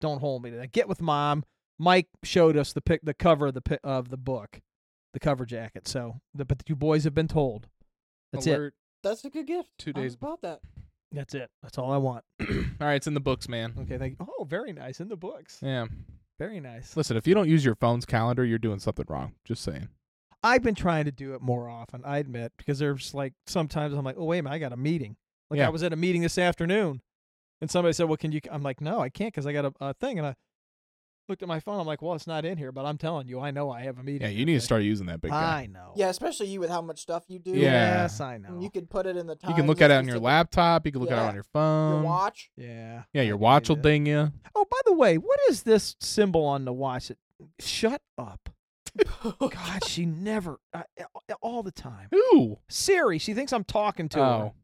A: Don't hold me to that. Get with mom. Mike showed us the pic, the cover of the pi- of the book, the cover jacket. So, the, but you boys have been told. That's it.
B: Alert.
C: That's a good gift.
B: Two
C: I was
B: days
C: about that.
A: That's it. That's all I want.
B: All right, it's in the books, man.
A: Okay, thank you. Oh, very nice in the books.
B: Yeah.
A: Very nice.
B: Listen, if you don't use your phone's calendar, you're doing something wrong. Just saying.
A: I've been trying to do it more often. I admit because there's like sometimes I'm like, oh wait a minute, I got a meeting. Like
B: Yeah.
A: I was at a meeting this afternoon, and somebody said, well, can you? c- I'm like, no, I can't because I got a, a thing. And I looked at my phone. I'm like, well, it's not in here, but I'm telling you, I know I have a meeting.
B: Yeah, you need to
A: today."
B: start using that big guy.
A: I know.
C: Yeah, especially you with how much stuff you do.
B: Yeah.
A: Yes, I know.
C: And You could put it in the time.
B: You can look at it on your laptop. You can look at it
C: Yeah.
B: on your
C: Your
B: phone.
C: watch.
A: yeah.
B: Yeah,
A: I
B: your
A: can
B: watch
A: do
B: will
A: that.
B: ding you.
A: Oh, by the way, what is this symbol on the watch? That, shut up. God, she never, I, I- all the time.
B: Ooh.
A: Siri, she thinks I'm talking to her.
B: Oh.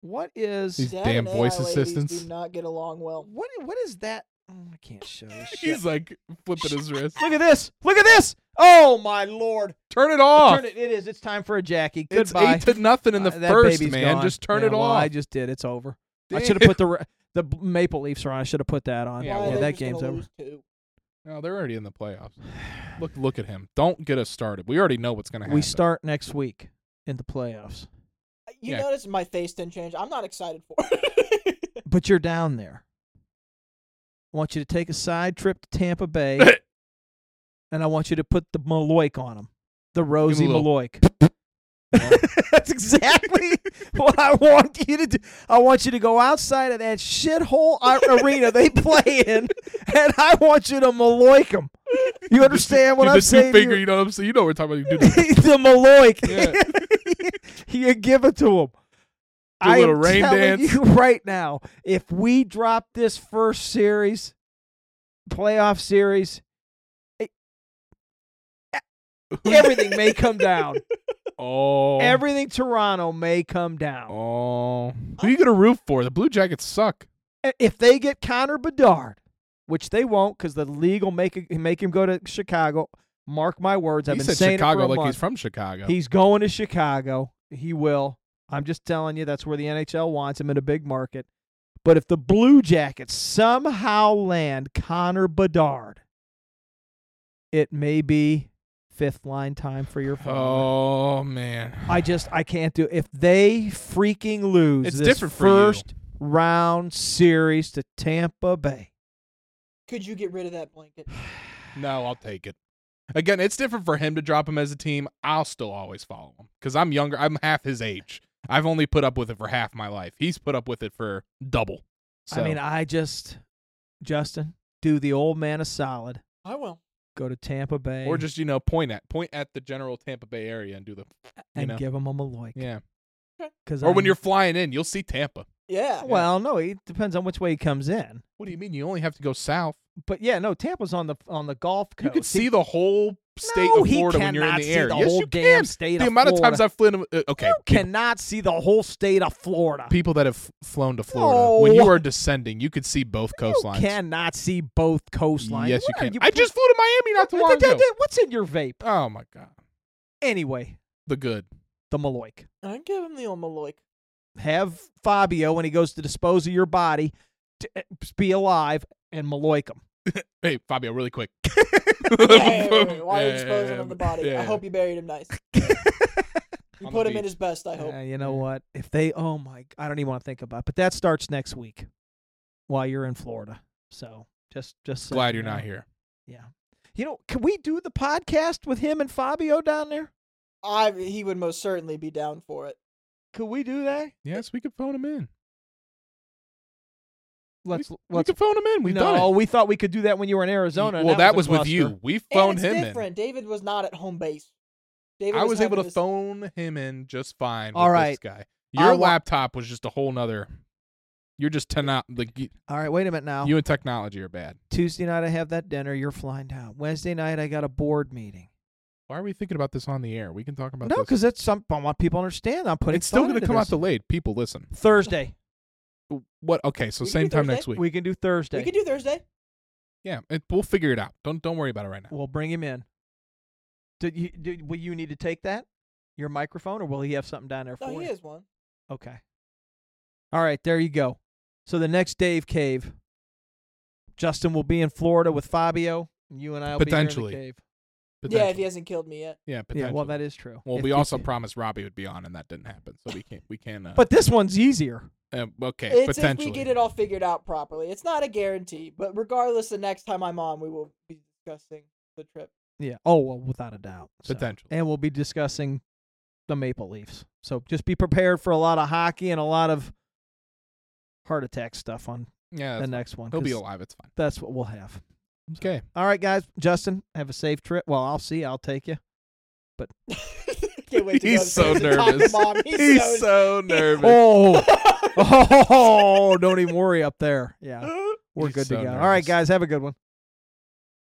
A: What is
B: He's-
C: Dad
B: damn
C: and
B: voice
C: AI ladies
B: assistants.
C: do not get along well.
A: what? What is that? Oh, I can't show. this shit.
B: Oh. He's like flipping his wrist.
A: Look at this! Look at this! Oh my lord!
B: Turn it off.
A: Turn it. It is. It's time for a Jackie.
B: It's
A: Goodbye.
B: eight to nothing in the
A: Uh, that
B: first,
A: baby's
B: man.
A: gone.
B: Just turn
A: Yeah,
B: it
A: well,
B: off.
A: I just did. It's over. I
B: Damn.
A: should have put the re- the b- Maple Leafs are on. I should have put that on.
B: Yeah,
C: Why
B: well-
C: are they
A: that
C: just gonna
A: game's over.
C: lose too?
B: No, they're already in the playoffs. Look, look at him. Don't get us started. We already know what's going to happen.
A: We start next week in the playoffs,
C: You
B: Yeah.
C: notice my face didn't change. I'm not excited for it.
A: but you're down there. I want you to take a side trip to Tampa Bay, and I want you to put the Maloik on him, the Rosie
B: little-
A: Maloik. That's exactly what I want you to do. I want you to go outside of that shithole a- arena they play in, and I want you to Maloik them. You understand what
B: Dude,
A: I'm
B: the
A: saying? to
B: Two
A: you?
B: finger, you know what I'm saying? You know what we're talking about. You do
A: the Maloik.
B: Yeah.
A: you give it to him.
B: Do a
A: I
B: little
A: am
B: rain
A: telling
B: dance.
A: you right now, if we drop this first series, playoff series, it- e, everything may come down.
B: Oh.
A: Everything Toronto may come down.
B: Oh. Who you going to root for? The Blue Jackets suck.
A: I- E, If they get Connor Bedard, which they won't, because the league will make it- make him go to Chicago. Mark my words, I've
B: he
A: been
B: said
A: saying
B: Chicago
A: it for a
B: like
A: month.
B: he's from Chicago.
A: He's going to Chicago. He will. I'm just telling you, that's where the NHL wants him in a big market. But if the Blue Jackets somehow land Connor Bedard, it may be fifth line time for your phone.
B: oh, man.
A: I just I can't do if they freaking lose
B: It's
A: this
B: different for you.
A: first round series to Tampa Bay.
C: Could you get rid of that blanket?
B: No, I'll take it. Again, it's different for him to drop him as a team. I'll still always follow him because I'm younger. I'm half his age. I've only put up with it for half my life. He's put up with it for double. So,
A: I mean, I just Justin, do the old man a solid.
C: I will.
A: Go to Tampa Bay
B: or just you know, point at point at the general Tampa Bay area and do the
A: and
B: know.
A: give him a Malloy.
B: yeah.
A: Because
B: Or when you're flying in, you'll see Tampa.
C: Yeah.
A: Well, no, it depends on which way he comes in.
B: What do you mean? You only have to go south.
A: but yeah, no, Tampa's on the on the Gulf Coast.
B: You could
A: He-
B: see the whole state
A: No,
B: of
A: he
B: Florida when you're in
A: cannot
B: the
A: see
B: air.
A: the
B: yes,
A: whole
B: you
A: damn
B: can.
A: state
B: The
A: of
B: amount of times
A: Florida.
B: I've flown. To, uh, okay,
A: you
B: pe-
A: cannot see the whole state of Florida.
B: people that have f- flown to Florida when
A: No.
B: you are descending, you could see both coastlines.
A: You cannot see both coastlines.
B: Yes, you
A: What are
B: can. I just flew to Miami not too long ago.
A: What's in your vape?
B: Oh my god,
A: Anyway,
B: the good.
A: the Maloik.
C: I give him the old Maloik.
A: Have Fabio when he goes to dispose of your body, to eh, be alive and Maloik him.
B: Hey, Fabio, really quick.
C: Hey, why are you disposing of the body?
B: Yeah,
C: I hope you buried him nice. You
B: On the
C: put him in
B: beach.
C: his best, I hope.
A: Uh, you know what? If they, oh my, I don't even want to think about. it. But that starts next week, while you're in Florida. So just, just so
B: Glad
A: you
B: you're not
A: know.
B: here.
A: Yeah. You know, can we do the podcast with him and Fabio down there?
C: I he would most certainly be down for it.
A: Could we do that?
B: Yes, we could phone him in.
A: Let's
B: We
A: let's.
B: could phone him in. We've
A: no,
B: done it.
A: we thought we could do that when you were in Arizona. and
B: Well, that was
A: a
B: with
A: cluster.
B: you. We
C: And
B: phoned
C: it's
B: him
C: different. David was not at home base.
B: in.
C: David
B: I was able to
C: having his-
B: phone him in just fine.
A: All
B: with
A: right.
B: this guy.
A: I
B: Your
A: wa-
B: laptop was just a whole nother. You're just ten out. Like you,
A: All right, wait a minute now.
B: you and technology are bad.
A: Tuesday night I have that dinner. You're flying down. Wednesday night I got a board meeting.
B: Why are we thinking about this on the air? We can talk about
A: No,
B: this.
A: because that's some. I want people to understand. I'm putting.
B: it's still
A: going to
B: come out delayed. People listen.
A: Thursday.
B: What? Okay, so
C: We can
B: same
C: do
B: time
C: Thursday.
B: next week.
A: We can do Thursday.
C: We could do Thursday.
B: yeah, it, we'll figure it out. Don't don't worry about it right now.
A: We'll bring him in. Did you? Did, will you need to take that? Your microphone, or will he have something down there for
C: No, he
A: you?
C: is one.
A: Okay. All right, there you go. So the next Dave Cave, Justin will be in Florida with Fabio. and You and I will
B: Potentially.
A: be here in the cave.
C: Yeah, if he
B: Potentially.
C: hasn't killed me yet.
B: yeah,
A: Yeah, well,
B: potentially.
A: that is true.
B: Well,
A: If
B: we
A: you
B: also
A: can-
B: promised Robbie would be on, and that didn't happen. So we can't. We can. Uh,
A: But this one's easier.
B: uh, okay,
C: It's if
B: potentially.
C: we get it all figured out properly. It's not a guarantee, but regardless, the next time I'm on, we will be discussing the trip.
A: Yeah. Oh well, without a doubt. So-
B: Potentially.
A: And we'll be discussing the Maple Leafs. So just be prepared for a lot of hockey and a lot of heart attack stuff on
B: yeah,
A: the
B: that's-
A: next one.
B: he'll be
A: 'cause
B: alive. It's fine.
A: That's what we'll have.
B: Okay.
A: All right, guys. Justin, have a safe trip. Well, I'll see. you. I'll take you.
C: Can't wait to go
B: He's
C: to
B: so
C: Texas and talk to
B: nervous.
C: Mom. He's, so,
B: so nervous.
A: Oh. oh, don't even worry up there. Yeah, we're
B: He's
A: good to
B: so
A: go. All right,
B: nervous.
A: guys, have a good one.